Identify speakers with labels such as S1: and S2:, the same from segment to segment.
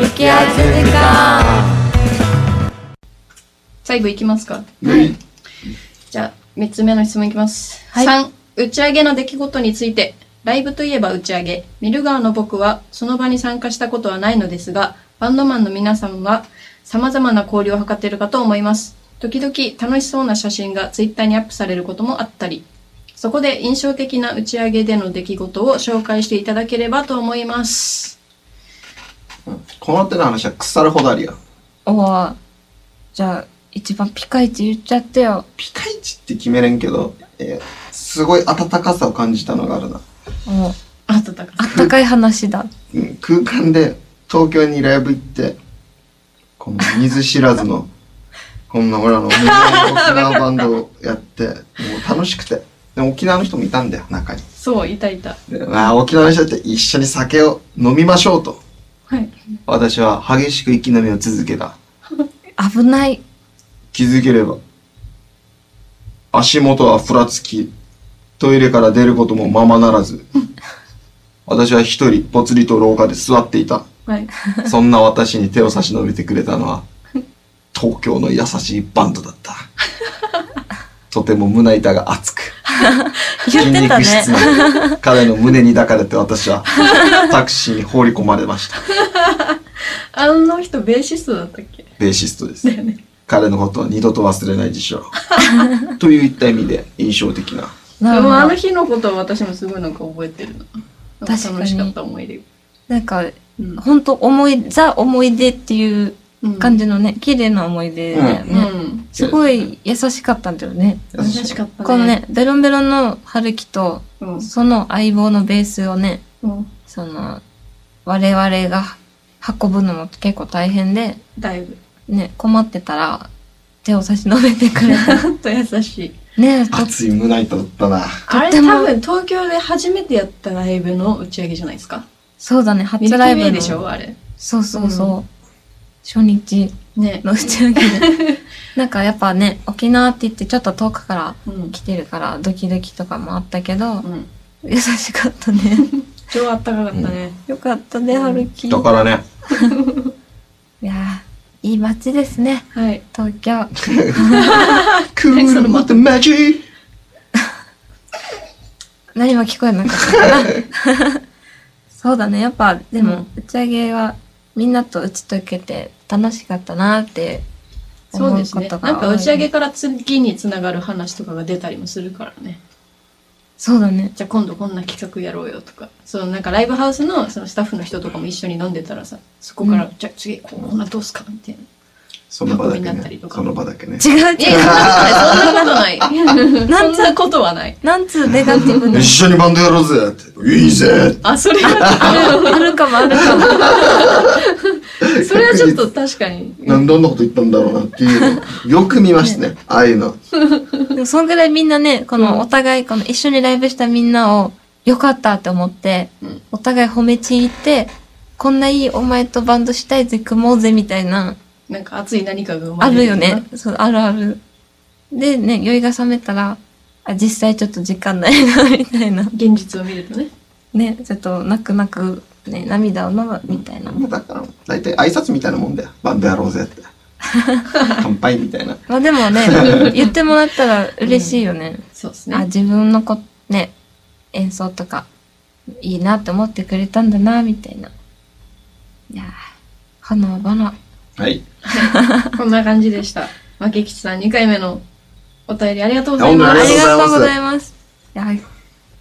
S1: ずか
S2: 最後いきますか
S1: はい
S2: じゃあ3つ目の質問いきます、
S1: はい
S2: 3打ち上げの出来事についてライブといえば打ち上げ見る側の僕はその場に参加したことはないのですがバンドマンの皆さんはさまざまな交流を図っているかと思います時々楽しそうな写真がツイッターにアップされることもあったりそこで印象的な打ち上げでの出来事を紹介していただければと思います
S3: この手の話は腐るほどあるよ
S1: おーじゃあ一番ピカイチ言っちゃってよ
S3: ピカイチって決めれんけど、えーすごい温かさを感じたのがあるな、
S1: もう
S2: あったたか
S1: あったかい話だ
S3: うん、空間で東京にライブ行ってこの見ず知らずの こんな俺らの沖縄バンドをやってもう楽しくてで沖縄の人もいたんだよ中に
S2: そういたいた
S3: でまあ沖縄の人って一緒に酒を飲みましょうと
S2: はい
S3: 私は激しく息飲みを続けた
S1: 危ない
S3: 気づければ足元はふらつきトイレから出ることもままなら ず私は一人ぽつりと廊下で座っていた
S2: はい
S3: そんな私に手を差し伸べてくれたのは東京の優しいバンドだったとても胸板が熱く
S1: 言ってたね
S3: 質な彼の胸に抱かれて私はタクシーに放り込まれました
S2: あの人ベーシストだったっけ
S3: ベーシストです彼のことは二度と忘れないでしょ うといういった意味で印象的な
S1: な
S2: で
S1: るほ
S2: もあ
S1: ど
S2: の日のことは私もすごいなんか覚えてるな。なん
S1: 確かに
S2: 楽しかった思い出。
S1: なんか
S2: うん
S1: 本当思いザ思い出っていう
S2: うん
S1: 感じのね綺麗な思い出だよ
S2: う
S1: ね、
S2: ん。
S1: すごい優しかったんだよね
S2: 楽しか
S3: っ
S2: ったね。
S1: このねベロンベロンの春樹と
S2: うん。
S1: その相棒のベースをね
S2: うん。
S1: その我々が運ぶのも結構大変で、
S2: だいぶ。
S1: ね、困ってたら手を差し伸べてく れた
S2: ほんと優しい。
S1: ねと
S3: 熱い胸板だったな
S2: あれ
S1: て
S2: 多
S1: も
S2: 分東京で初めてやったライブの打ち上げじゃないですか。
S1: そうだね
S2: ミル
S1: 初
S2: キ
S1: ラ
S2: ー
S1: イ
S2: ウ
S1: ブ
S2: ェ
S1: の
S2: イでしょあれ。
S1: そうそうそう、初日
S2: ね。
S1: の打ち上げで なんかやっぱね沖縄って言ってちょっと遠くから
S2: うん。
S1: 来てるからドキドキとかもあったけど
S2: うん。
S1: 優しかっ たね
S2: 超あったかかったね。
S1: よかったね
S2: うん
S1: 春樹い
S3: だからね
S1: やーいい街ですね
S2: はい。
S1: 東京
S3: クールマテマジー
S1: 何も聞こえなかったかな そうだねやっぱでも、
S2: うん
S1: 打ち上げはみんなと打ち解けて楽しかったなって思
S2: そう
S1: う
S2: です
S1: こ
S2: ね。
S1: とが多いね、
S2: なんか打ち上げから次につながる話とかが出たりもするからね。
S1: そうだね
S2: じゃあ今度こんな企画やろうよとかそのなんかライブハウスのそのスタッフの人とかも一緒に飲んでたらさそこから、
S1: う
S2: じゃあ次こんなどうすかみたいな
S3: その場だけ
S2: 運びになったり
S3: ね
S2: とか
S3: その場だけね
S1: 違う
S2: いやい
S1: 違う
S2: やそんなことないそん
S1: なんつう
S2: なことはない
S1: なんつうネガティブな
S3: 一緒にバンドやろうぜっていいぜって
S2: あそれ
S1: あ
S2: は
S1: るかもあるかも
S2: それはちょっと確かに
S3: なんどんなこと言ったんだろうなっていうのをよく見ましたねああいうの
S1: でもそんぐらいみんなねこ
S2: うん
S1: のお互いこの一緒にライブしたみんなをよかったって思って、
S2: うん
S1: お互い褒めちぎってこんないいお前とバンドしたいぜ組もうぜみたいな
S2: なんか熱い何かが生ま
S1: あ
S2: れ
S1: る
S2: よ
S1: よ
S2: うな
S1: ね。そう、あるある。でね、酔いが覚めたら、あ、実際ちょっと時間ないな、みたいな。
S2: 現実を見るとね
S1: ね、ちょっと泣く泣く、ね、涙を飲む、みたいな。
S3: だから大体挨拶みたいなもんだよバンドやろうぜって 乾杯みたいな
S1: まあでも ね、言ってもらったら嬉しいよね。
S2: そうです
S1: あ、
S2: ね
S1: 自分のこ、ね、演奏とか、いいなって思ってくれたんだな、みたいな。いやー、ほのぼの。
S3: はい
S2: こんな感じでしたまけきちさん2回目のお便りありがとうござい
S3: 本当
S2: ま
S1: あ
S3: に
S1: り
S2: す。
S3: とう
S1: がとう
S3: ご
S1: ご
S3: ざ
S1: ざいます。いや、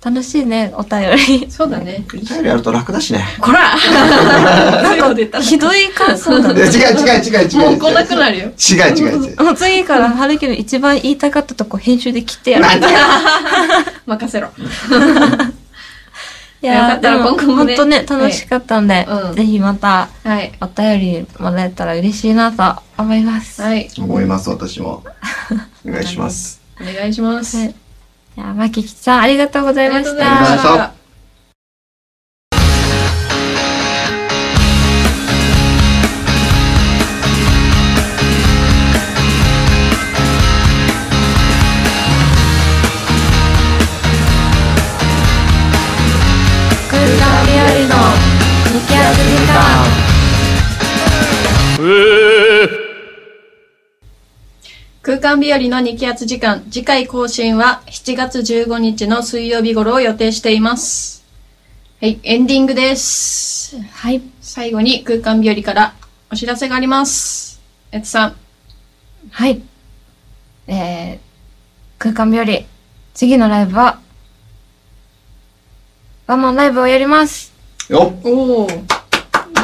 S1: 楽しいね、お便 り
S2: そうだね
S3: お便りやると楽だ しね
S2: こら なんか
S1: ひどい感想だ
S3: いや
S1: ね
S3: 違う。違う違う違う
S2: もう来なくなるよ
S3: 違う違う 違う
S1: もう次から春樹の一番言いたかったとこ編集で切ってやる。
S3: なんだよ
S2: 任せろ
S1: い
S2: よかったら
S1: で
S2: 今後もね
S1: 本当ね、楽しかったんで、
S2: うん
S1: ぜひまた
S2: はい
S1: お便りもらえたら嬉しいなと思います。い。
S2: はい
S3: 思います私もお願いします
S2: お願いします。
S1: はい、いや、まききちさん、ありがとうございまし
S3: ありがとうございま
S1: た
S3: し。
S2: た。
S1: 空間日和の向き合う時間。
S2: 空間日和の2気圧時間、次回更新は7月15日の水曜日頃を予定しています。はい、エンディングです。
S1: はい。
S2: 最後に空間日和からお知らせがあります。えつさん。
S1: はい。えー、空間日和。次のライブは、ワンマンライブをやります。
S3: よ
S2: おお。は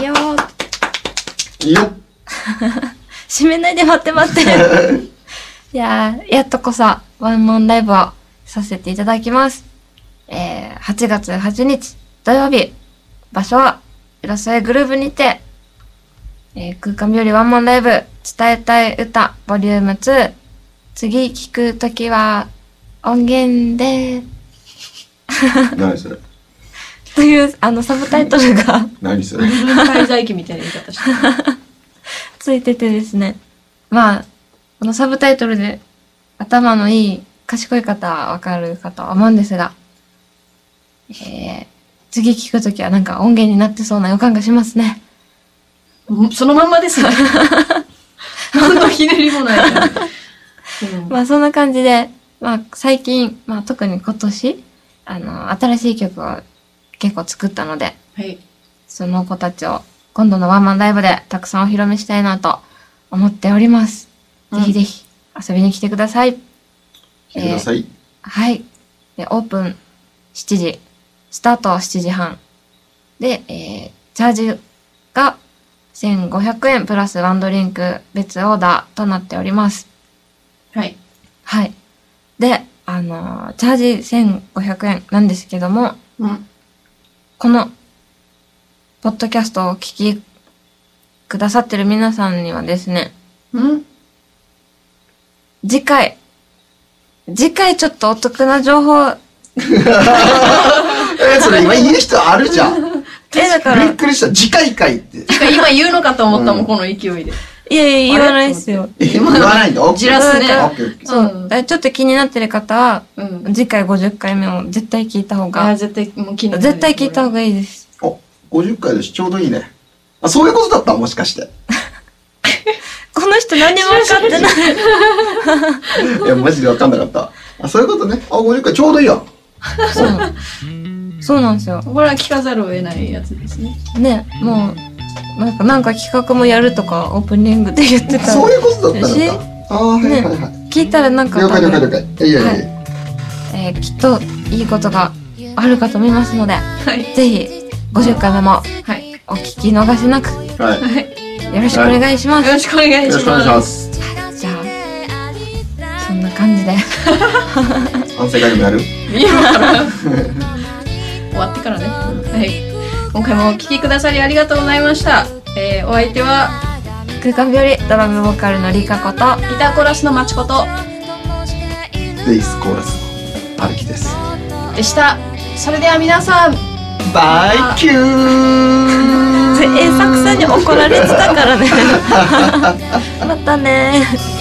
S1: イエー
S3: っ
S1: イ
S3: よっ
S1: 閉めないで待って待って。いやー、やっとこそワンマンライブをさせていただきます。えー、8月8日土曜日、場所は、浦添グルーブにて、えー、空間日和ワンマンライブ、伝えたい歌、ボリューム2、次聞くときは、音源で、
S3: 何それ
S1: という、あの、サブタイトルが
S3: 何それ
S2: 部分滞在期みたいな言い方してる。
S1: ついててですね。まあ、このサブタイトルで、頭のいい、賢い方はわかるかとは思うんですが、えー、次聞くときはなんか音源になってそうな予感がしますね。
S2: うんそのまんまですね。何のひねりもないから。うん
S1: まあ、そんな感じで、まあ、最近、まあ、特に今年、あの、新しい曲を結構作ったので、
S2: はい。
S1: その子たちを今度のワンマンライブでたくさんお披露目したいなと思っております。
S2: う
S1: ぜ
S2: ん
S1: ひぜひ遊びに来てください。
S3: 来てください
S1: はい。で、オープン7時、スタート7時半。で、えー、チャージが1500円プラスワンドリンク別オーダーとなっております。
S2: はい。
S1: はい。で、あのーチャージ1500円なんですけども、
S2: うん。
S1: この、ポッドキャストをお聞きくださってる皆さんにはですね、
S2: うん
S1: 次回、次回ちょっとお得な情報、え、
S3: えそれ今言う人あるじゃん
S1: だか
S3: び
S1: ら、
S3: っ
S1: い
S3: くりした次回回って
S2: てか今言うのかと思ったも、
S3: うんん
S2: この勢いで。
S1: やいや言わないですよ。
S3: え言わないんだ OK
S2: じらすね
S3: オッケーオッケー
S1: そうう。
S2: ん
S1: だちょっと気になってる方は、
S2: うん。
S1: 次回50回目を絶対聞いた方
S2: あー
S1: が、
S2: 絶対、もう気になる
S1: 絶対聞いた方がいいです。
S3: お50回だしちょうどいいねあそういうことだったもしかして
S1: この人何も分かって ない。
S3: いやマジで分かんなかったあそういうことねあ50回ちょうどいいや
S1: そう。そうなんですよ。
S2: これは聞かざるを得ないやつですね。
S1: ね、もう、なんか、なんか企画もやるとか、オープニングで言ってた。
S3: そういうことだった
S1: し
S3: のかああーはいはいはい、
S1: 聞いたらなんか
S3: 了
S1: 多
S3: 解了解
S1: 分、
S3: 了解いやいやいや、
S1: えーきっといいことがあるかと思いますので、
S2: はい。
S1: ぜひ50回目も
S2: はい。よ
S1: お聞き逃しなくよ
S3: はい
S1: ろしくお願いします。
S2: ろしくお願いします。
S3: よろしくお願いします
S1: じゃあ、そんな感じで。
S3: 反省会でもやる
S2: 今から終わってからね、はい、今回もお聴きくださりありがとうございました、えーお相手は
S1: 空間日和ドラムボーカルのりかこと、
S2: ギターコーラスのまちこと
S3: ベースコーラスの歩きです
S2: でしたそれでは皆さん
S3: バイキュー
S1: え、作さんに怒られてたからね。またね。